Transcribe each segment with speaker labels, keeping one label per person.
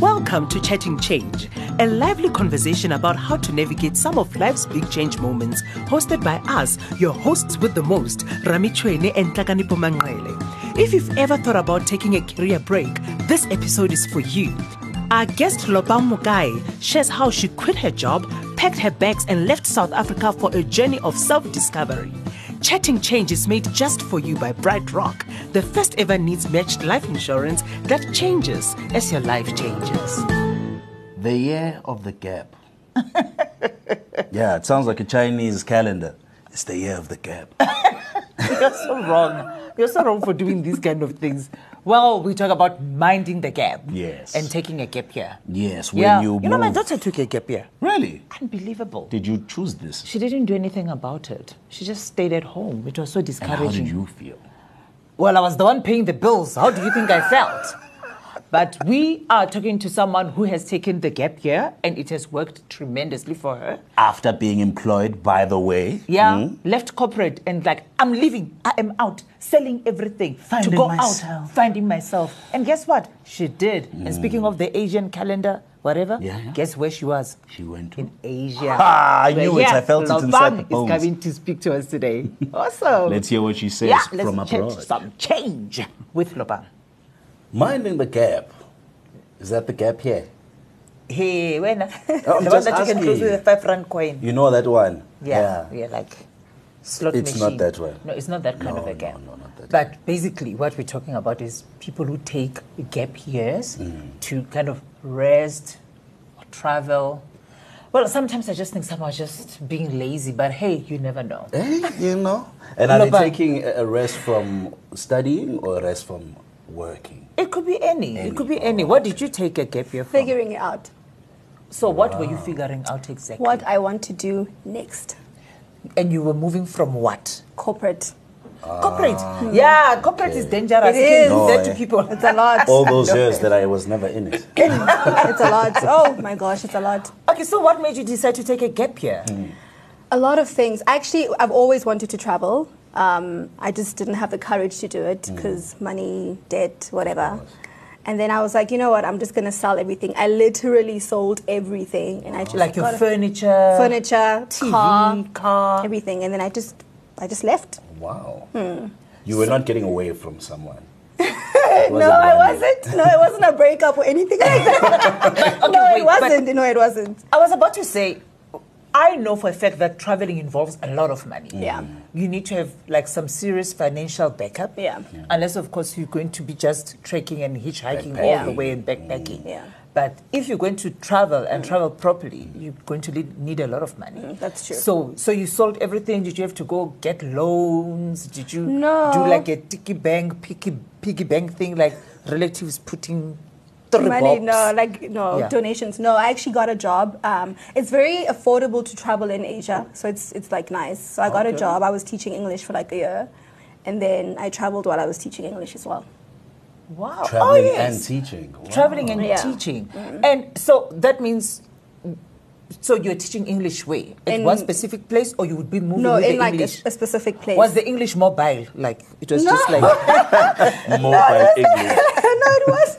Speaker 1: Welcome to Chatting Change, a lively conversation about how to navigate some of life's big change moments, hosted by us, your hosts with the most, Rami Chwene and Takanipo Mangrele. If you've ever thought about taking a career break, this episode is for you. Our guest Lobam Mugai shares how she quit her job, packed her bags, and left South Africa for a journey of self discovery. Chatting Change is made just for you by Bright Rock, the first ever needs matched life insurance that changes as your life changes.
Speaker 2: The year of the gap. yeah, it sounds like a Chinese calendar. It's the year of the gap.
Speaker 3: You're so wrong. You're so wrong for doing these kind of things. Well, we talk about minding the gap.
Speaker 2: Yes.
Speaker 3: And taking a gap year.
Speaker 2: Yes, when
Speaker 3: Yeah.
Speaker 2: you
Speaker 3: You know, my
Speaker 2: move.
Speaker 3: daughter took a gap year.
Speaker 2: Really?
Speaker 3: Unbelievable.
Speaker 2: Did you choose this?
Speaker 3: She didn't do anything about it. She just stayed at home. It was so
Speaker 2: And how
Speaker 3: discouraging.
Speaker 2: did you feel?
Speaker 3: Well, I was the one paying the bills. How do you think I felt? But we are talking to someone who has taken the gap year and it has worked tremendously for her.
Speaker 2: After being employed, by the way.
Speaker 3: Yeah,
Speaker 2: Mm-hmm.
Speaker 3: left corporate and like, I'm leaving, I am out, selling everything
Speaker 2: Finding
Speaker 3: to go out,
Speaker 2: myself. Mm.
Speaker 3: finding myself. And guess what? She did. And speaking of the Asian calendar, whatever,
Speaker 2: Yeah, yeah.
Speaker 3: guess where she was?
Speaker 2: She went to-
Speaker 3: in Asia.
Speaker 2: Ha, I
Speaker 3: Where,
Speaker 2: knew it. I felt it inside the
Speaker 3: Lobang
Speaker 2: bones.
Speaker 3: is coming to speak to us today. awesome.
Speaker 2: Let's hear what she says
Speaker 3: yeah, let's
Speaker 2: from
Speaker 3: check
Speaker 2: abroad.
Speaker 3: some change with Lobang.
Speaker 2: Minding the gap. Is that the gap here?
Speaker 3: Hey, when
Speaker 2: Oh, I'm
Speaker 3: the one
Speaker 2: just
Speaker 3: that you can close
Speaker 2: asking.
Speaker 3: with a five rand coin.
Speaker 2: You know that one?
Speaker 3: Yeah, yeah, like slot
Speaker 2: It's not
Speaker 3: machine.
Speaker 2: that one.
Speaker 3: No, it's not that kind
Speaker 2: No,
Speaker 3: of a
Speaker 2: no,
Speaker 3: gap.
Speaker 2: no, not that
Speaker 3: but basically, what we're talking about is people who take gap years
Speaker 2: Mm.
Speaker 3: to kind of rest or travel. Well, sometimes I just think someone is just being lazy, but hey, you never know.
Speaker 2: Eh, you know? And are
Speaker 3: No,
Speaker 2: they
Speaker 3: but-
Speaker 2: taking a a rest from studying or a rest from working?
Speaker 3: It could be any. It could be any. What did you take a gap year for?
Speaker 4: figuring it out
Speaker 3: So, what were you figuring out exactly?
Speaker 4: what I want to do next.
Speaker 3: And you were moving from what?
Speaker 4: Corporate.
Speaker 2: Ah.
Speaker 3: corporate. Yeah, corporate is dangerous.
Speaker 4: It
Speaker 3: You can
Speaker 4: is.
Speaker 3: do
Speaker 2: No,
Speaker 3: that to
Speaker 2: eh.
Speaker 3: people.
Speaker 4: It's a lot.
Speaker 2: All those years that I was never in it.
Speaker 4: it's a lot. Oh my gosh, it's a lot.
Speaker 3: Okay, so what made you decide to take a gap year?
Speaker 4: Mm. A lot of things. Actually, I've always wanted to travel. Um, I just didn't have the courage to do it
Speaker 3: Mm.
Speaker 4: because money, debt, whatever. And then I was like, you know what? I'm just gonna sell everything. I literally sold everything, and I just
Speaker 3: Like your
Speaker 4: got a-
Speaker 3: furniture,
Speaker 4: furniture,
Speaker 3: TV,
Speaker 4: car,
Speaker 3: car.
Speaker 4: everything. And then I just, I just left.
Speaker 2: Wow.
Speaker 4: Hmm.
Speaker 2: You were not getting away from someone.
Speaker 4: No, I wasn't. No, it wasn't a breakup or anything like that. no,
Speaker 3: wait,
Speaker 4: it
Speaker 3: but-
Speaker 4: wasn't. No, it wasn't.
Speaker 3: I was about to say, I know for a fact that traveling involves a lot of money.
Speaker 4: Yeah. Mm.
Speaker 3: You need to have like some serious financial backup.
Speaker 4: Yeah. Yeah.
Speaker 3: Unless, of course, you're going to be just trekking and hitchhiking all the
Speaker 4: Backpacking.
Speaker 3: way and backpacking.
Speaker 2: Mm.
Speaker 4: Yeah.
Speaker 3: But if you're going to travel and travel properly, you're going to lead- need a lot of money.
Speaker 4: Mm, that's true.
Speaker 3: So, so you sold everything. Did you have to go get loans? Did you
Speaker 4: No.
Speaker 3: do like a tiki bank, piggy, piggy bank thing, like relatives putting three
Speaker 4: money
Speaker 3: bob?
Speaker 4: no like no
Speaker 3: Yeah.
Speaker 4: donations no i actually got a job um, it's very affordable to travel in asia so it's it's like nice so i got a
Speaker 3: Okay.
Speaker 4: job i was teaching english for like a year and then i traveled while i was teaching english as well
Speaker 3: Wow.
Speaker 2: Traveling
Speaker 3: oh, yes.
Speaker 2: and teaching. Wow.
Speaker 3: traveling and
Speaker 4: Yeah. Mm-hmm.
Speaker 3: teaching and so that means so you're teaching english way at
Speaker 4: In-
Speaker 3: one specific place or you would be moving
Speaker 4: no
Speaker 3: with
Speaker 4: in
Speaker 3: the
Speaker 4: like a,
Speaker 3: english
Speaker 4: a specific place
Speaker 3: was the english mobile like it was
Speaker 4: No.
Speaker 3: just like
Speaker 2: Mobile English.
Speaker 4: no it wasn't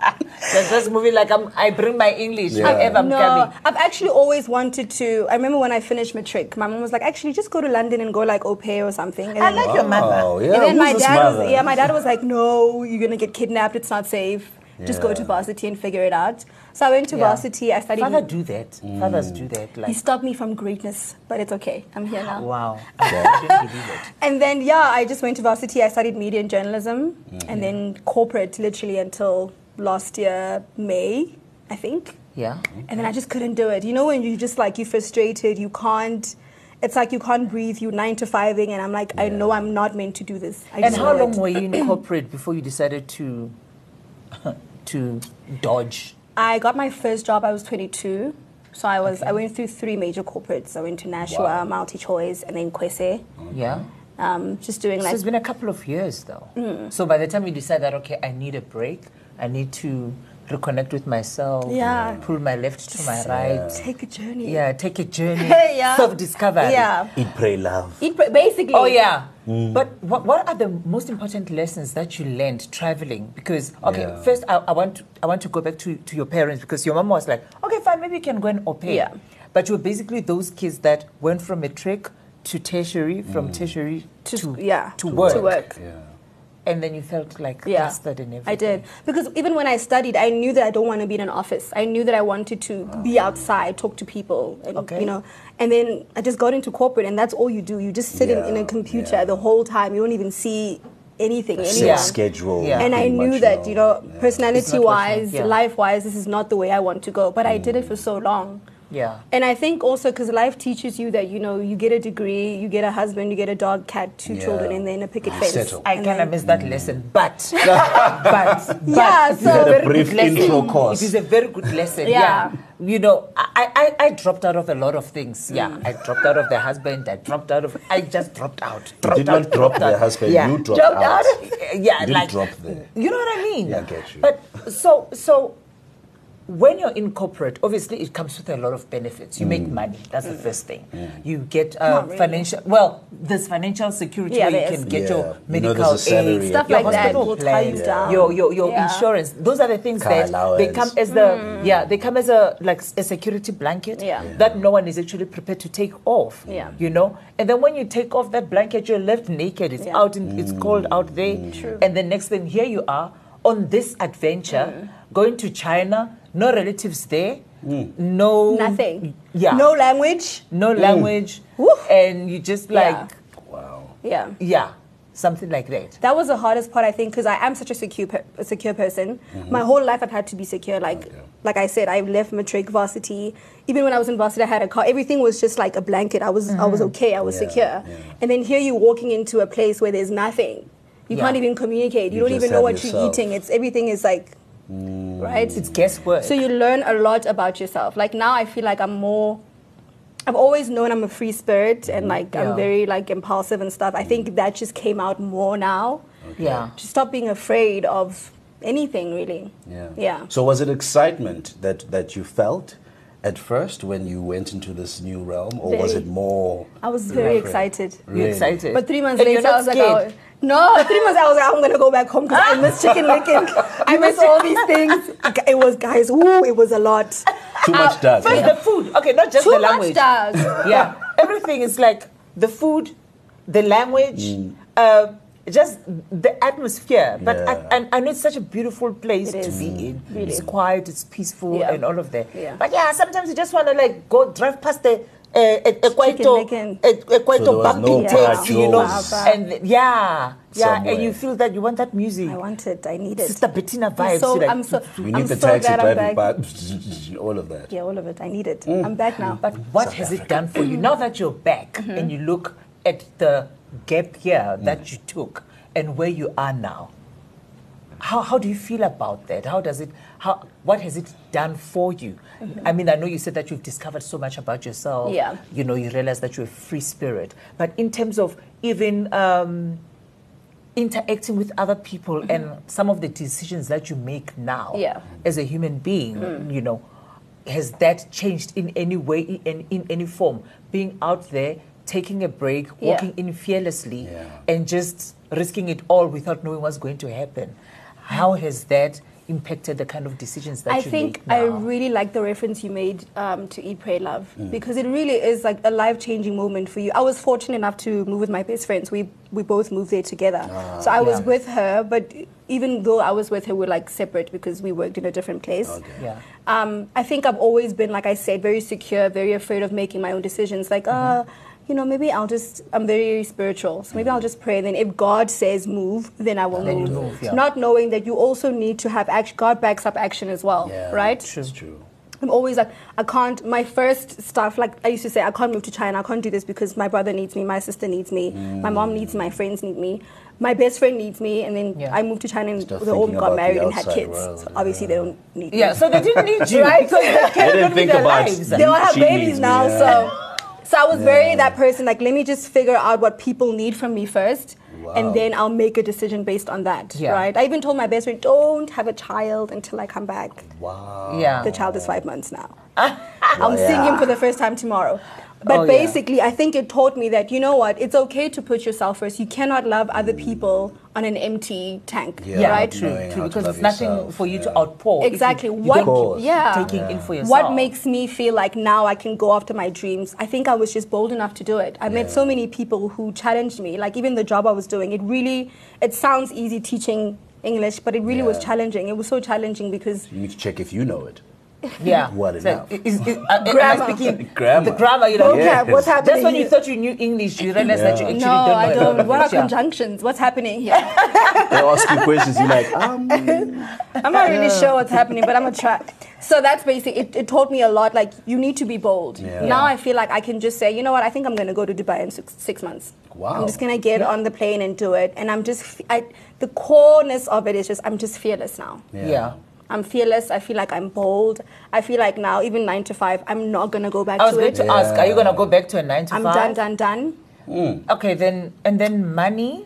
Speaker 3: that's just moving like I'm, i bring my english
Speaker 2: Yeah.
Speaker 3: however i'm
Speaker 4: no
Speaker 3: coming
Speaker 4: i've actually always wanted to i remember when i finished matric my mom was like actually just go to london and go like au pair or something and
Speaker 3: i
Speaker 4: then-
Speaker 3: like your
Speaker 2: Oh,
Speaker 3: mother
Speaker 2: yeah.
Speaker 4: and then
Speaker 2: who's
Speaker 4: my
Speaker 2: this
Speaker 4: dad
Speaker 2: mother?
Speaker 4: was, yeah, my dad was like, no, you're gonna get kidnapped. It's not safe. Just go to
Speaker 2: Yeah.
Speaker 4: varsity and figure it out. So I went to varsity. I studied.
Speaker 3: father do that fathers do that
Speaker 4: He
Speaker 3: like
Speaker 4: stopped me from greatness, but it's okay. I'm here now.
Speaker 3: wow i didn't believe it
Speaker 4: And then yeah, I just went to varsity. I studied media and journalism,
Speaker 3: Mm-hmm.
Speaker 4: and then corporate literally until last year May, I think.
Speaker 3: yeah
Speaker 4: And then I just couldn't do it. You know when you just like you're frustrated, you can't. It's like you can't breathe. You nine to fiving, and I'm like, I know I'm not meant to do this. I
Speaker 3: and
Speaker 4: just
Speaker 3: how
Speaker 4: know
Speaker 3: long
Speaker 4: it.
Speaker 3: were you in corporate before you decided to to dodge
Speaker 4: I got my first job. I was 22, so I was. I went through three major corporates. I went to Nashua,
Speaker 2: Wow.
Speaker 4: Multi Choice, and then Kwese.
Speaker 3: yeah
Speaker 4: Um, just doing
Speaker 3: So
Speaker 4: like
Speaker 3: Mm. it's been a couple of years though. So by the time you decide that, okay, I need a break, I need to reconnect with myself,
Speaker 4: Yeah.
Speaker 3: pull my left to my right.
Speaker 4: Take a journey.
Speaker 3: Yeah, take a journey,
Speaker 4: Yeah.
Speaker 3: self-discovery.
Speaker 4: Yeah.
Speaker 2: Eat, pray, love.
Speaker 4: It, basically.
Speaker 3: Oh yeah. But what, what are the most important lessons that you learned traveling? Because okay,
Speaker 2: Yeah.
Speaker 3: first I, I want to, I want to go back to, to your parents because your mom was like, okay, fine, maybe you can go and au pair.
Speaker 4: Yeah.
Speaker 3: But you were basically those kids that went from a trick to tertiary, from tertiary to,
Speaker 4: To, yeah.
Speaker 3: to work,
Speaker 4: To work.
Speaker 2: Yeah.
Speaker 3: and then you felt like
Speaker 4: Yeah.
Speaker 3: bastard and everything.
Speaker 4: I did. Because even when I studied, I knew that I don't want to be in an office. I knew that I wanted to be outside, talk to people, and,
Speaker 3: Oh. Okay.
Speaker 4: you know. And then I just got into corporate, and that's all you do. You just sit in, in a
Speaker 2: Yeah,
Speaker 4: computer
Speaker 2: yeah.
Speaker 4: the whole time. You don't even see anything.
Speaker 2: Set
Speaker 4: anyone.
Speaker 2: schedule.
Speaker 3: Yeah.
Speaker 4: And I
Speaker 2: pretty
Speaker 4: knew
Speaker 2: much
Speaker 4: that, you know,
Speaker 2: yeah.
Speaker 4: personality wise,
Speaker 3: working, yeah.
Speaker 4: life wise, this is not the way I want to go. But I did it for so long.
Speaker 3: Yeah.
Speaker 4: And I think also because life teaches you that, you know, you get a degree, you get a husband, you get a dog, cat, two
Speaker 2: Yeah.
Speaker 4: children, and then a picket
Speaker 2: You
Speaker 4: fence.
Speaker 2: settle.
Speaker 3: I
Speaker 4: And
Speaker 3: kind of
Speaker 4: then-
Speaker 3: missed
Speaker 2: Mm.
Speaker 3: that lesson, but but, but
Speaker 4: Yeah,
Speaker 3: it is
Speaker 4: so- You had a
Speaker 3: very good
Speaker 2: brief
Speaker 3: lesson.
Speaker 2: intro course.
Speaker 3: It is a very good lesson.
Speaker 4: Yeah.
Speaker 3: yeah. you know, I, I I dropped out of a lot of things. Yeah,
Speaker 2: Mm.
Speaker 3: I dropped out of the husband. I dropped out of. I just dropped out. Dropped
Speaker 2: did
Speaker 3: out,
Speaker 2: not drop
Speaker 3: dropped
Speaker 2: the
Speaker 3: out.
Speaker 2: husband,
Speaker 3: Yeah.
Speaker 2: you dropped out.
Speaker 3: Yeah,
Speaker 2: You didn't
Speaker 3: like
Speaker 2: drop the-
Speaker 3: you know what I mean.
Speaker 2: Yeah, I get you.
Speaker 3: But so so. When you're in corporate, obviously it comes with a lot of benefits. You
Speaker 2: Mm.
Speaker 3: make money. That's the first thing. You get uh,
Speaker 4: Not really.
Speaker 3: financial. Well, there's financial security
Speaker 4: Yeah,
Speaker 3: where
Speaker 4: there
Speaker 3: you can
Speaker 4: is.
Speaker 3: get
Speaker 2: Yeah.
Speaker 3: your
Speaker 2: You know,
Speaker 3: medical
Speaker 2: there's a salary
Speaker 3: aid,
Speaker 2: at Stuff
Speaker 3: your
Speaker 4: like that
Speaker 3: hospital
Speaker 4: will tie you
Speaker 3: plans,
Speaker 4: down.
Speaker 3: your your, your
Speaker 4: Yeah. Mm.
Speaker 3: insurance. Those are the things
Speaker 2: Car
Speaker 3: that they
Speaker 2: allowance.
Speaker 3: come as the yeah they come as a like s- a security blanket
Speaker 4: Yeah. Yeah.
Speaker 3: that no one is actually prepared to take off.
Speaker 4: Yeah.
Speaker 3: you know, and then when you take off that blanket, you're left naked. It's
Speaker 4: Yeah.
Speaker 3: out in it's cold out there, and the next thing here you are on this
Speaker 4: Mm.
Speaker 3: adventure going to China. No relatives there. No
Speaker 4: Nothing.
Speaker 3: Yeah.
Speaker 4: No
Speaker 3: No,
Speaker 4: language.
Speaker 3: language.
Speaker 4: Woof.
Speaker 3: And you just like
Speaker 4: Yeah.
Speaker 2: Wow.
Speaker 4: Yeah.
Speaker 3: yeah, something like that.
Speaker 4: That was the hardest part, I think, because I am such a secure, per- a secure person.
Speaker 2: Mm-hmm.
Speaker 4: My whole life, I've had to be secure. Like, like I said, I left matric varsity. Even when I was in varsity, I had a car. Everything was just like a blanket. I was, I was okay. I was
Speaker 2: Yeah,
Speaker 4: secure.
Speaker 2: yeah.
Speaker 4: And then here you're walking into a place where there's nothing. You
Speaker 3: Yeah.
Speaker 4: can't even communicate. You,
Speaker 2: You
Speaker 4: don't
Speaker 2: just
Speaker 4: even know
Speaker 2: have
Speaker 4: what you're
Speaker 2: yourself. Mm.
Speaker 4: eating. It's everything is like, right?
Speaker 3: It's guesswork.
Speaker 4: So you learn a lot about yourself. Like now, I feel like I'm more. I've always known I'm a free spirit and like I'm
Speaker 3: Mm-hmm. Yeah. Mm.
Speaker 4: very like impulsive and stuff. I think that just came out more now.
Speaker 3: yeah.
Speaker 4: To stop being afraid of anything, really.
Speaker 2: Yeah.
Speaker 4: Yeah.
Speaker 2: So was it excitement that that you felt at first when you went into this new realm, or was
Speaker 4: Very.
Speaker 2: it more?
Speaker 4: I was very
Speaker 2: Right.
Speaker 4: excited.
Speaker 3: You're
Speaker 2: Really?
Speaker 3: excited.
Speaker 4: But three months
Speaker 3: And
Speaker 4: later,
Speaker 3: you're
Speaker 4: I
Speaker 3: not
Speaker 4: was like,
Speaker 3: scared.
Speaker 4: oh, no, three months I was like, I'm gonna go back home because I miss chicken licken. I miss all these things. It was, guys, ooh, it was a lot.
Speaker 2: Too much
Speaker 4: "Oh,
Speaker 2: dark.
Speaker 3: First, the food. Okay, not just
Speaker 4: Too
Speaker 3: the
Speaker 4: much
Speaker 3: language.
Speaker 4: does.
Speaker 3: yeah, everything is like the food, the language,
Speaker 2: Mm.
Speaker 3: uh, just the atmosphere. But I,
Speaker 2: Yeah. Mm.
Speaker 3: and I know it's such a beautiful place
Speaker 4: It
Speaker 3: to
Speaker 4: is.
Speaker 3: be in. It's quiet, it's peaceful,
Speaker 4: Yeah.
Speaker 3: and all of that.
Speaker 4: Yeah.
Speaker 3: But yeah, sometimes you just want to like go drive past the. Uh, e-, a, a quieto,
Speaker 4: Chicken
Speaker 3: a, a quieto
Speaker 2: So there was
Speaker 3: bumping
Speaker 2: no
Speaker 3: text, you know,
Speaker 4: partyos
Speaker 3: and th- yeah, yeah,
Speaker 2: somewhere.
Speaker 3: and you feel that you want that music,
Speaker 4: I wanted, I needed.
Speaker 3: Sister Bettina
Speaker 4: I'm
Speaker 3: vibes.
Speaker 4: so,
Speaker 3: you like,
Speaker 4: I'm so,
Speaker 2: We need
Speaker 4: I'm
Speaker 2: the
Speaker 4: so
Speaker 2: taxi
Speaker 4: glad I'm
Speaker 2: driving
Speaker 4: back.
Speaker 2: back, all of that.
Speaker 4: Yeah, all of it. I need it. I'm back now.
Speaker 3: But Mm. what has it done for you now that you're back
Speaker 4: Mm-hmm.
Speaker 3: and you look at the gap here
Speaker 4: Mm.
Speaker 3: that you took and where you are now? How, how do you feel about that? How does it how what has it done for you? I mean, I know you said that you've discovered so much about yourself.
Speaker 4: Mm-hmm. Yeah.
Speaker 3: You know, you realize that you're a free spirit. But in terms of even um, interacting with other people and some of the decisions that you make now
Speaker 4: Mm-hmm. Yeah. Mm.
Speaker 3: as a human being, you know, has that changed in any way, in, in any form? Being out there, taking a break,
Speaker 4: Yeah.
Speaker 3: walking in fearlessly,
Speaker 2: Yeah.
Speaker 3: and just risking it all without knowing what's going to happen. How has that impacted the kind of decisions that
Speaker 4: I
Speaker 3: you
Speaker 4: think
Speaker 3: make now? Mm.
Speaker 4: I really like the reference you made um, to Eat, Pray, Love because it really is like a life changing moment for you. I was fortunate enough to move with my best friends. We we both moved there together, so I was
Speaker 3: Ah, yeah.
Speaker 4: with her. But even though I was with her, we're like separate because we worked in a different place.
Speaker 2: Okay.
Speaker 3: yeah.
Speaker 4: Um, I think I've always been, like I said, very secure, very afraid of making my own decisions. Like,
Speaker 2: Mm-hmm.
Speaker 4: uh, you know, maybe I'll just, I'm very spiritual. So maybe I'll just pray. And then if God says move, then I will
Speaker 3: Then you
Speaker 4: move.
Speaker 3: move, yeah.
Speaker 4: Not knowing that you also need to have action. God backs up action as well,
Speaker 2: Yeah.
Speaker 4: right?
Speaker 2: It's true.
Speaker 4: I'm always like, I can't, my first stuff, like I used to say, I can't move to China. I can't do this because my brother needs me, my sister needs me, my
Speaker 2: Mm.
Speaker 4: mom needs me, my friends need me, my best friend needs me. And then
Speaker 3: Yeah.
Speaker 4: I moved to China and
Speaker 2: Start
Speaker 4: they all
Speaker 2: thinking
Speaker 4: got
Speaker 2: about the
Speaker 4: married and had
Speaker 2: outside
Speaker 4: kids.
Speaker 2: world,
Speaker 4: so obviously they don't need me.
Speaker 3: Yeah, so they didn't need you right? because they carried
Speaker 2: didn't
Speaker 3: on with
Speaker 2: think
Speaker 3: their
Speaker 2: about
Speaker 3: lives.
Speaker 2: you.
Speaker 4: they all have
Speaker 2: She
Speaker 4: babies
Speaker 2: needs me,
Speaker 4: now,
Speaker 2: yeah.
Speaker 4: so so I was very that person. Like, let me just figure out what people need from me first, and then I'll make a decision based on that,
Speaker 3: Yeah.
Speaker 4: right? I even told my best friend, don't have a child until I come back.
Speaker 2: Wow.
Speaker 3: yeah.
Speaker 4: The child is five months now. I'm seeing him for the first time tomorrow. But
Speaker 3: Oh, yeah.
Speaker 4: basically, I think it taught me that, you know what, it's okay to put yourself first. You cannot love other people on an empty tank,
Speaker 2: Yeah,
Speaker 4: right?
Speaker 2: not knowing how to
Speaker 3: because
Speaker 2: love
Speaker 3: it's nothing
Speaker 2: yourself,
Speaker 3: for you to
Speaker 2: yeah.
Speaker 3: outpour. if you-
Speaker 4: Exactly.
Speaker 3: you
Speaker 4: What-
Speaker 3: don't keep
Speaker 4: yeah.
Speaker 3: taking in for yourself.
Speaker 4: What makes me feel like now I can go after my dreams? I think I was just bold enough to do it. I met so many people who challenged me. Like even the job I was doing, it really it sounds easy teaching English, but it really was
Speaker 2: Yeah.
Speaker 4: challenging. It was so challenging because
Speaker 2: You need to check if you know it.
Speaker 3: yeah.
Speaker 2: What
Speaker 3: It's like,
Speaker 2: enough?
Speaker 3: Is, is, uh, am I
Speaker 4: Grammar.
Speaker 3: speaking
Speaker 2: Grammar.
Speaker 3: The grammar, you know.
Speaker 4: vocab, what's happening?
Speaker 3: That's when you
Speaker 4: here?
Speaker 3: thought you knew English. You realize that you actually
Speaker 4: no,
Speaker 3: don't know
Speaker 4: I
Speaker 3: it.
Speaker 4: don't. What are
Speaker 3: Yeah.
Speaker 4: conjunctions? What's happening here?
Speaker 2: They ask you questions, you're like, um,
Speaker 4: I'm not really sure what's happening, but I'm gonna try. So that's basically it, it taught me a lot. Like you need to be bold.
Speaker 2: Yeah.
Speaker 4: Now
Speaker 3: Yeah.
Speaker 4: I feel like I can just say, you know what? I think I'm gonna go to Dubai in six, six months.
Speaker 2: Wow.
Speaker 4: I'm just gonna get on the plane and do it. And I'm just f- I, the coreness of it is just I'm just fearless now.
Speaker 2: Yeah.
Speaker 3: yeah.
Speaker 4: I'm fearless. I feel like I'm bold. I feel like now even nine to five, I'm not gonna go back
Speaker 3: I was
Speaker 4: to
Speaker 3: going
Speaker 4: it.
Speaker 3: Oh, to ask, are you going to go back to a nine to
Speaker 4: I'm
Speaker 3: five?
Speaker 4: done, done, done.
Speaker 3: Okay, then and then money.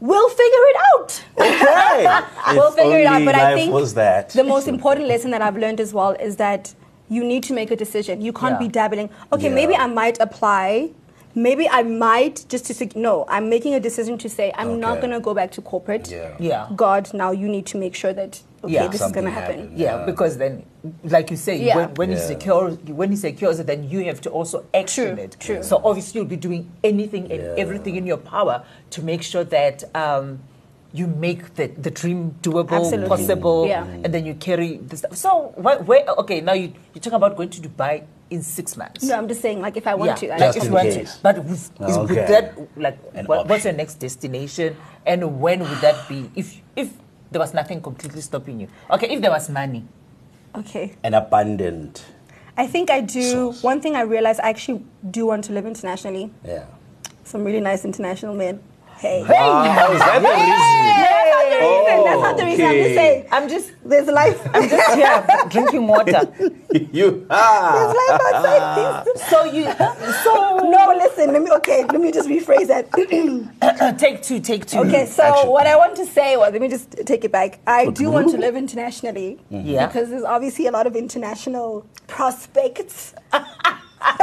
Speaker 4: We'll figure it out.
Speaker 2: okay.
Speaker 4: we'll
Speaker 2: If
Speaker 4: figure it out.
Speaker 2: only
Speaker 4: But I
Speaker 2: life
Speaker 4: think
Speaker 2: was that.
Speaker 4: the most important lesson that I've learned as well is that you need to make a decision. You can't
Speaker 3: Yeah.
Speaker 4: be dabbling. Okay,
Speaker 2: Yeah.
Speaker 4: maybe I might apply. Maybe I might just to say, no, I'm making a decision to say I'm not
Speaker 2: Okay.
Speaker 4: going to go back to corporate.
Speaker 2: Yeah.
Speaker 3: Yeah.
Speaker 4: God, now you need to make sure that okay,
Speaker 3: Yeah.
Speaker 4: this is going to
Speaker 2: Something
Speaker 4: happen.
Speaker 2: happened.
Speaker 3: Yeah,
Speaker 2: Yeah.
Speaker 3: because then, like you say,
Speaker 4: Yeah.
Speaker 3: when, when you
Speaker 2: Yeah.
Speaker 3: secure, when you secures it, then you have to also action
Speaker 4: True,
Speaker 3: it.
Speaker 4: true.
Speaker 3: So obviously, you'll be doing anything and
Speaker 2: Yeah.
Speaker 3: everything in your power to make sure that um, you make the, the dream doable,
Speaker 4: Absolutely.
Speaker 3: possible,
Speaker 4: Yeah.
Speaker 3: and then you carry the stuff. So wh- where? Okay, now you you talk about going to Dubai in six months.
Speaker 4: No, I'm just saying, like if I want
Speaker 3: yeah,
Speaker 4: to, I
Speaker 3: like
Speaker 2: Just
Speaker 4: just
Speaker 3: if
Speaker 2: in
Speaker 3: you want to.
Speaker 2: case.
Speaker 3: But with, is
Speaker 2: Ah, Okay.
Speaker 3: with that, like,
Speaker 2: An
Speaker 3: what, what's your
Speaker 2: option.
Speaker 3: next destination, and when would that be? If if there was nothing completely stopping you. Okay, if there was money.
Speaker 4: okay.
Speaker 2: And abundant.
Speaker 4: I think I do.
Speaker 2: Source.
Speaker 4: One thing I realized, I actually do want to live internationally.
Speaker 2: Yeah.
Speaker 4: Some really nice international men. Hey.
Speaker 2: Wow, Uh, oh, is that the reason?
Speaker 4: That's not the reason. I'm just
Speaker 2: Okay.
Speaker 4: saying,
Speaker 3: I'm just
Speaker 4: there's life.
Speaker 3: I'm just here drinking water.
Speaker 2: You ah.
Speaker 4: There's life outside things.
Speaker 3: So you, uh, so
Speaker 4: No, listen. Let me. Okay, let me just rephrase that.
Speaker 3: take two, take two.
Speaker 4: okay, so
Speaker 2: Action.
Speaker 4: what I want to say was, let me just take it back. I do want to live internationally
Speaker 3: Yeah.
Speaker 4: because there's obviously a lot of international prospects.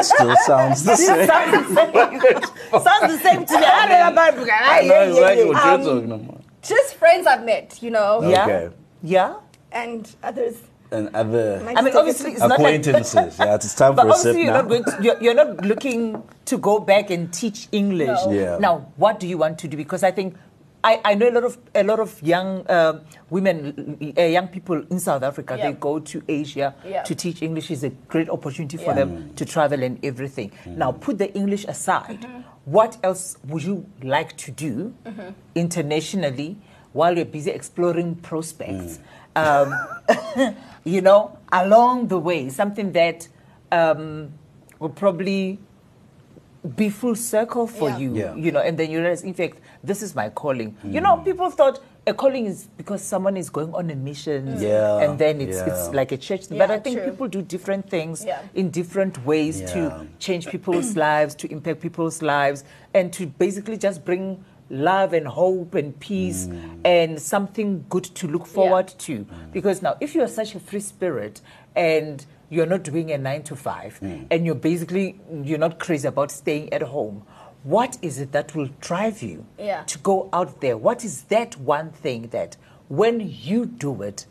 Speaker 2: Still sounds the same.
Speaker 3: Sounds the same. Sounds the same to me. I don't know about
Speaker 2: I
Speaker 3: yeah,
Speaker 2: know
Speaker 3: yeah, yeah.
Speaker 2: exactly what
Speaker 4: yeah.
Speaker 2: you're
Speaker 4: Um,
Speaker 2: talking about.
Speaker 4: Just friends I've met, you know,
Speaker 3: Yeah.
Speaker 2: Okay.
Speaker 3: Yeah.
Speaker 4: and others.
Speaker 2: And other
Speaker 4: Might
Speaker 3: I mean,
Speaker 4: still get
Speaker 3: obviously,
Speaker 4: to-
Speaker 3: it's not like-
Speaker 2: acquaintances. yeah, it's time
Speaker 3: But
Speaker 2: for a sip
Speaker 3: obviously, you're
Speaker 2: now.
Speaker 3: not going. To, you're, you're not looking to go back and teach English.
Speaker 4: No.
Speaker 2: Yeah.
Speaker 3: Now, what do you want to do? Because I think I, I know a lot of a lot of young uh, women, uh, young people in South Africa. They
Speaker 4: Yeah.
Speaker 3: go to Asia
Speaker 4: Yeah.
Speaker 3: to teach English. is a great opportunity for
Speaker 4: Yeah.
Speaker 3: them
Speaker 2: Mm.
Speaker 3: to travel and everything. Now, put the English aside.
Speaker 4: Mm-hmm.
Speaker 3: What else would you like to do internationally while you're busy exploring prospects?
Speaker 2: Mm.
Speaker 3: Um, you know, along the way, something that um, will probably be full circle for
Speaker 4: Yeah.
Speaker 3: you,
Speaker 2: Yeah. Mm.
Speaker 3: you know, and then you realize, in fact, this is my calling. You know, people thought a calling is because someone is going on a mission,
Speaker 2: Yeah.
Speaker 3: and then it's it's
Speaker 2: Yeah.
Speaker 3: like a church. thing.
Speaker 4: Mm. Yeah,
Speaker 3: but I think
Speaker 4: true.
Speaker 3: people do different things
Speaker 4: Yeah.
Speaker 3: in different ways
Speaker 2: Yeah.
Speaker 3: to change people's lives, to impact people's lives, and to basically just bring love and hope and peace
Speaker 2: Mm.
Speaker 3: and something good to look forward to. Because now, if you are such a free spirit and you're not doing a nine to five,
Speaker 2: Mm.
Speaker 3: and you're basically you're not crazy about staying at home. What is it that will drive you
Speaker 4: Yeah.
Speaker 3: to go out there? What is that one thing that when you do it,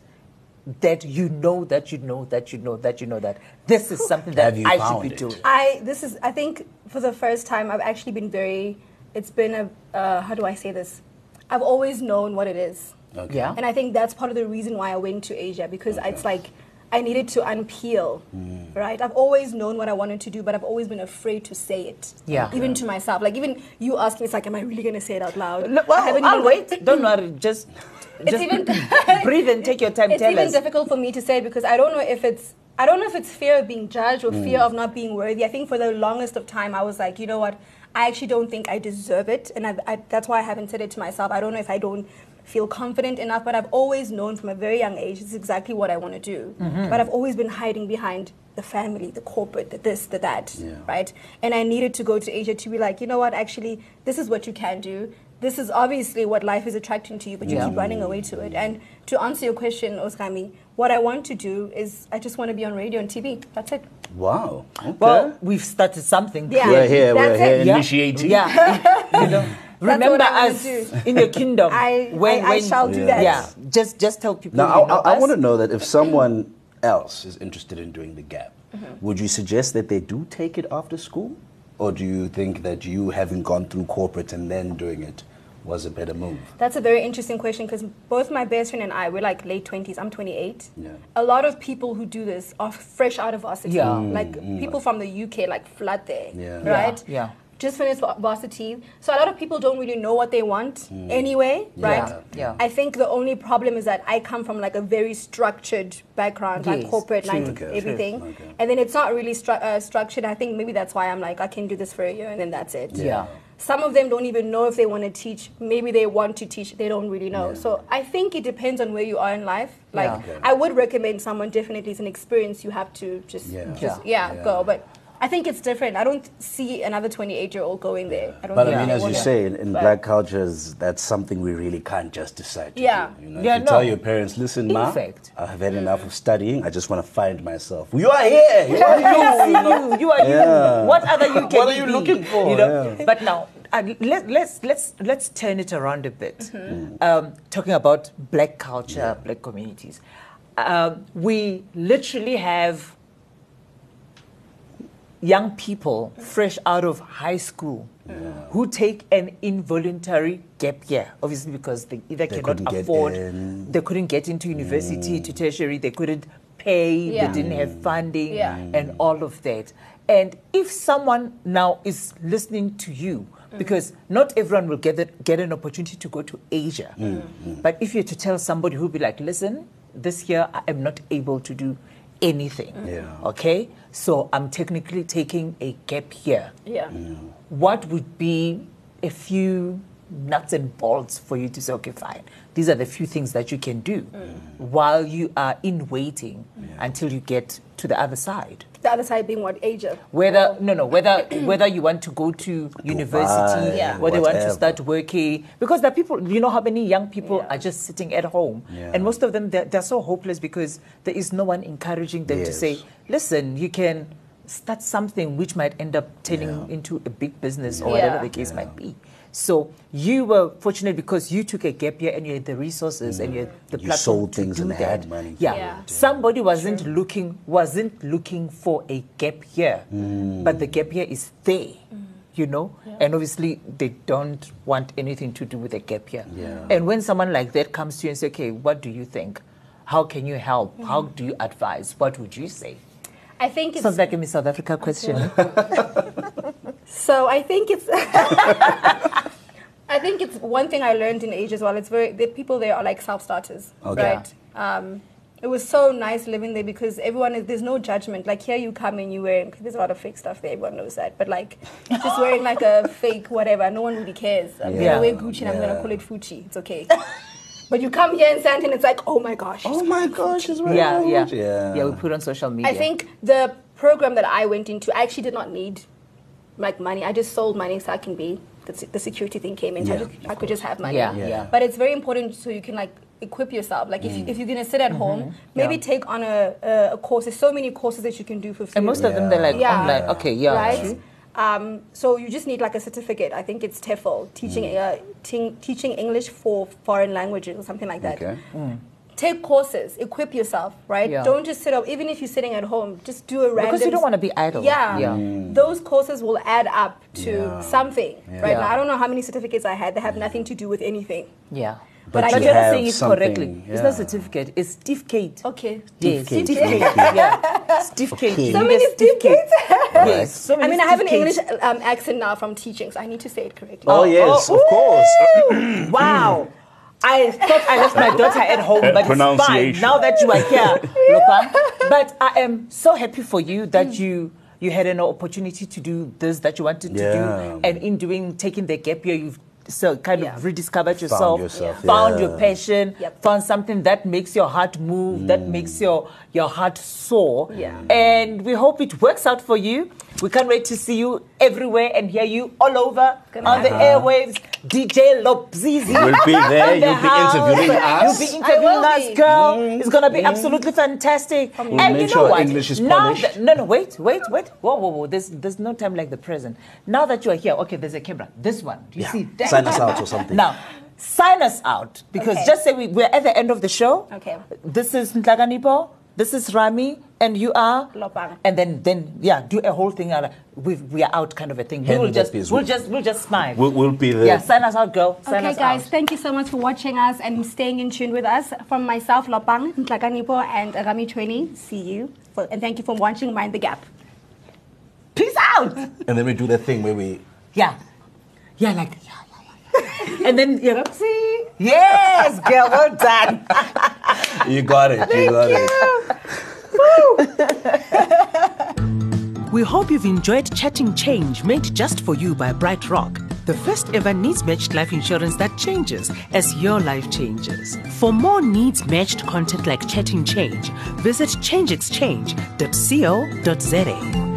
Speaker 3: that you know that you know that you know that you know that this is something that
Speaker 2: Have you
Speaker 3: I should
Speaker 2: found
Speaker 3: be
Speaker 2: it?
Speaker 3: doing.
Speaker 4: I this is I think for the first time I've actually been very it's been a uh, how do I say this I've always known what it is
Speaker 2: Okay.
Speaker 3: Yeah.
Speaker 4: and I think that's part of the reason why I went to Asia because it's like I needed to unpeel right I've always known what I wanted to do but I've always been afraid to say it
Speaker 3: Yeah.
Speaker 4: even to myself like even you asking me it's like am I really gonna say it out loud
Speaker 3: Look,
Speaker 4: I haven't
Speaker 3: well, I'll
Speaker 4: even-
Speaker 3: wait. Don't worry. Just, just
Speaker 4: even-
Speaker 3: breathe and take your time.
Speaker 4: it's
Speaker 3: Tell
Speaker 4: even
Speaker 3: us.
Speaker 4: difficult for me to say because I don't know if it's I don't know if it's fear of being judged or fear of not being worthy. I think for the longest of time I was like, you know what, I actually don't think I deserve it, and I, I, that's why I haven't said it to myself. I don't know if I don't feel confident enough, but I've always known from a very young age it's exactly what I want to do. But I've always been hiding behind the family, the corporate, the this, the that,
Speaker 2: Yeah.
Speaker 4: right? And I needed to go to Asia to be like, you know what, actually, this is what you can do. this is obviously what life is attracting to you, but you
Speaker 3: Yeah.
Speaker 4: keep running away to it. And to answer your question, Oskami, what I want to do is I just want to be on radio and TV. That's it.
Speaker 2: Wow. Okay.
Speaker 3: Well, we've started something.
Speaker 4: Yeah.
Speaker 2: we're here. We're
Speaker 4: That's
Speaker 2: here
Speaker 4: it.
Speaker 3: Yeah.
Speaker 2: initiating.
Speaker 3: Yeah. you know, remember
Speaker 4: what I wanna
Speaker 3: us
Speaker 4: do.
Speaker 3: in your kingdom.
Speaker 4: I- I- I shall do
Speaker 2: that.
Speaker 3: Yeah. Just just tell people.
Speaker 2: Now,
Speaker 3: you know
Speaker 2: I, I, I
Speaker 3: us.
Speaker 2: want to know that if someone else is interested in doing the gap,
Speaker 3: Mm-hmm.
Speaker 2: would you suggest that they do take it after school? Or do you think that you having gone through corporate and then doing it was a better move?
Speaker 4: That's a very interesting question because both my best friend and I, we're like late 20s. I'm 28.
Speaker 2: Yeah.
Speaker 4: A lot of people who do this are fresh out of varsity. Mm.
Speaker 3: Yeah. Mm.
Speaker 4: Like people from the UK, like flood there.
Speaker 2: Yeah. Yeah,
Speaker 4: Right?
Speaker 3: yeah.
Speaker 4: Just finished va- varsity. So a lot of people don't really know what they want anyway, right?
Speaker 3: Mm. Yeah, yeah.
Speaker 4: I think the only problem is that I come from like a very structured background, like
Speaker 3: Yes,
Speaker 4: corporate,
Speaker 3: true.
Speaker 4: nine to
Speaker 2: Okay.
Speaker 4: everything.
Speaker 2: True. Okay.
Speaker 4: And then it's not really stru- uh, structured. I think maybe that's why I'm like, I can do this for a year and then that's it.
Speaker 3: Yeah.
Speaker 4: Some of them don't even know if they want to teach. Maybe they want to teach, they don't really know. So I think it depends on where you are in life. Like
Speaker 3: Yeah.
Speaker 2: Okay.
Speaker 4: I would recommend someone definitely it's an experience you have to just
Speaker 2: Yeah.
Speaker 4: just
Speaker 2: Yeah.
Speaker 4: yeah,
Speaker 2: Yeah.
Speaker 4: go. But I think it's different. I don't see another 28 year old going there. I don't
Speaker 2: But
Speaker 4: think
Speaker 2: I mean,
Speaker 4: they
Speaker 2: as you
Speaker 4: wanna-
Speaker 2: say, in, in
Speaker 4: but-
Speaker 2: black cultures, that's something we really can't just decide to
Speaker 4: Yeah.
Speaker 2: do. You know,
Speaker 3: Yeah,
Speaker 2: if you tell
Speaker 3: no. Mm.
Speaker 2: your parents, listen, ma,
Speaker 3: fact.
Speaker 2: I've had enough of studying. I just want to find myself. You are here. You are
Speaker 3: you,
Speaker 2: you.
Speaker 3: you, you are
Speaker 2: Yeah.
Speaker 3: human. What other you can
Speaker 2: What are you
Speaker 3: be,
Speaker 2: looking for?
Speaker 3: You know?
Speaker 2: Yeah.
Speaker 3: But now, uh, let, let's let's let's turn it around a bit.
Speaker 2: Mm-hmm.
Speaker 3: Um, talking about black culture, black communities, um, we literally have young people fresh out of high school who take an involuntary gap year, obviously because they either cannot
Speaker 2: couldn't get
Speaker 3: afford,
Speaker 2: in. Mm.
Speaker 3: they couldn't get into university to tertiary, they couldn't pay,
Speaker 4: Yeah.
Speaker 3: they didn't have funding,
Speaker 4: Yeah.
Speaker 3: and all of that. And if someone now is listening to you, because not everyone will get, that, get an opportunity to go to Asia, but if you're to tell somebody who'll be like, listen, this year I am not able to do anything.
Speaker 2: Yeah.
Speaker 3: Okay, so I'm technically taking a gap year.
Speaker 4: Yeah.
Speaker 3: What would be a few nuts and bolts for you to say, okay, fine, these are the few things that you can do while you are in waiting until you get to the other side?
Speaker 4: The other side being what? Asia.
Speaker 3: Whether no no whether whether you want to go to university,
Speaker 4: Yeah.
Speaker 3: whether you want to start
Speaker 2: whatever.
Speaker 3: working, because there are people you know how many young people
Speaker 4: Yeah.
Speaker 3: are just sitting at home,
Speaker 2: Yeah.
Speaker 3: and most of them they're, they're so hopeless because there is no one encouraging them to say,
Speaker 2: Yes.
Speaker 3: listen, you can start something which might end up turning
Speaker 2: Yeah.
Speaker 3: into a big business or
Speaker 4: Yeah.
Speaker 3: whatever the case might be. So you were fortunate because you took a gap year and you had the resources and you had the
Speaker 2: You
Speaker 3: platform
Speaker 2: sold
Speaker 3: to
Speaker 2: things
Speaker 3: do
Speaker 2: and
Speaker 3: that.
Speaker 2: had money
Speaker 3: Yeah.
Speaker 2: for
Speaker 4: Yeah.
Speaker 2: it.
Speaker 3: Somebody wasn't looking wasn't looking for a gap year, but the gap year is there, you know. And obviously, they don't want anything to do with a gap year.
Speaker 2: Yeah.
Speaker 3: And when someone like that comes to you and says, "Okay, what do you think? How can you help? How do you advise? What would you say?"
Speaker 4: I think it's
Speaker 3: Sounds like a Miss South Africa question.
Speaker 4: So I think it's. I think it's one thing I learned in Asia as well. It's very the people there are like self-starters,
Speaker 2: Okay.
Speaker 4: right? Um, it was so nice living there because everyone is there's no judgment. Like here, you come in, you wearing there's a lot of fake stuff there. Everyone knows that, but like just wearing like a fake whatever, no one really cares. I'm
Speaker 3: Yeah.
Speaker 4: gonna wear Gucci and I'm
Speaker 2: Yeah.
Speaker 4: gonna call it Fuchi. It's okay. but you come here in Sandton, it's like oh my gosh.
Speaker 2: Oh my gosh, it's very
Speaker 3: yeah, yeah,
Speaker 2: much. Yeah.
Speaker 3: We put on social media.
Speaker 4: I think the program that I went into, I actually did not need like money. I just sold money so I can be the, se- the security thing came in. so I,
Speaker 2: Yeah,
Speaker 4: just-
Speaker 2: of
Speaker 4: I could just have money.
Speaker 3: Yeah, Yeah. yeah.
Speaker 4: But it's very important so you can like equip yourself. Like if, if you're gonna sit at home, maybe
Speaker 3: Mm-hmm. Yeah.
Speaker 4: take on a, a, a course. There's so many courses that you can do for free.
Speaker 3: and most of them they're like
Speaker 4: Yeah.
Speaker 3: online. Okay, yeah,
Speaker 4: Right. Um, so you just need like a certificate. I think it's TEFL, teaching
Speaker 3: Mm.
Speaker 4: uh, ting- teaching English for foreign languages or something like that
Speaker 2: Okay.
Speaker 3: Mm.
Speaker 4: take courses, equip yourself, right?
Speaker 3: Yeah.
Speaker 4: Don't just sit up, even if you're sitting at home, just do a random.
Speaker 3: Because you don't wanna be idle.
Speaker 4: Yeah.
Speaker 3: Yeah.
Speaker 4: Those courses will add up to
Speaker 2: Mm. Yeah.
Speaker 4: something,
Speaker 2: Yeah.
Speaker 4: right?
Speaker 3: Yeah.
Speaker 4: Now, I don't know how many certificates I had that have nothing to do with anything.
Speaker 3: Yeah.
Speaker 2: But
Speaker 3: But,
Speaker 4: you
Speaker 3: you're not
Speaker 2: have
Speaker 3: saying it
Speaker 2: something,
Speaker 3: correctly. It's not
Speaker 2: yeah.
Speaker 3: certificate, it's certificate.
Speaker 4: Okay.
Speaker 3: Yes,
Speaker 2: Certificate,
Speaker 3: certificate.
Speaker 2: okay.
Speaker 3: Yeah. Certificate.
Speaker 2: Okay.
Speaker 3: You
Speaker 4: So
Speaker 3: need a
Speaker 4: many
Speaker 3: certificate.
Speaker 4: certificates.
Speaker 3: Yes. So many
Speaker 4: I mean, I have an English
Speaker 3: certificates.
Speaker 4: um, accent now from teaching, so I need to say it correctly.
Speaker 2: Oh, yes, of course.
Speaker 3: Ooh,
Speaker 4: Mm.
Speaker 3: wow. I thought I left my daughter at home,
Speaker 4: Uh,
Speaker 3: but it's fine
Speaker 2: pronunciation.
Speaker 3: now that you are here, Lopa. But I am so happy for you that you you had an opportunity to do this that you wanted to
Speaker 2: Yeah.
Speaker 3: do, and in doing taking the gap year, you've so kind
Speaker 4: Yeah.
Speaker 3: of rediscovered yourself,
Speaker 2: yourself, Yeah.
Speaker 3: found
Speaker 2: yeah.
Speaker 3: your passion,
Speaker 4: Yep. Mm.
Speaker 3: found something that makes your heart move, that makes your your heart soar.
Speaker 4: Yeah.
Speaker 3: And we hope it works out for you. We can't wait to see you everywhere and hear you all over
Speaker 4: Gonna
Speaker 3: on the
Speaker 2: Uh,
Speaker 4: happen.
Speaker 3: airwaves. DJ Lopzizi.
Speaker 2: We'll be there.
Speaker 3: In the
Speaker 2: You'll be
Speaker 3: house.
Speaker 2: interviewing us. Mm,
Speaker 3: You'll be
Speaker 4: I will
Speaker 3: interviewing us,
Speaker 4: be.
Speaker 3: girl. It's gonna be absolutely fantastic.
Speaker 2: We'll
Speaker 3: and
Speaker 2: make
Speaker 3: you know
Speaker 2: sure
Speaker 3: what?
Speaker 2: English is
Speaker 3: now
Speaker 2: polished.
Speaker 3: that- no, no, wait, wait, wait. Whoa, whoa, whoa. There's there's no time like the present. Now that you are here, okay, there's a camera. This one. Do you
Speaker 2: Yeah.
Speaker 3: see that?
Speaker 2: Sign us out or something.
Speaker 3: Now, sign us out because
Speaker 4: Okay.
Speaker 3: just say we, we're at the end of the show.
Speaker 4: Okay.
Speaker 3: This is Ntaganipo. This is Rami. And you are
Speaker 4: Lopang.
Speaker 3: and then then yeah, do a whole thing. uh, We we are out, kind of a thing. We
Speaker 2: Hand
Speaker 3: will
Speaker 2: me that
Speaker 3: just
Speaker 2: piece.
Speaker 3: we'll just we'll just smile.
Speaker 2: We'll, we'll be there.
Speaker 3: yeah, sign us out, girl. Sign
Speaker 4: Okay,
Speaker 3: us
Speaker 4: guys,
Speaker 3: out.
Speaker 4: thank you so much for watching us and staying in tune with us. From myself, Lopang, Ntaganipo, and Rami Tweni, see you. For, and thank you for watching Mind the Gap.
Speaker 3: Peace out.
Speaker 2: And then we do that thing where we
Speaker 3: Yeah. Yeah, like, yeah, yeah, yeah, yeah. and then, yeah, oopsie. Yes, girl, well done.
Speaker 2: You got it. you got it.
Speaker 1: We hope you've enjoyed Chatting Change, made just for you by Bright Rock, the first ever needs matched life insurance that changes as your life changes. For more needs matched content like Chatting Change, visit changeexchange.co.za.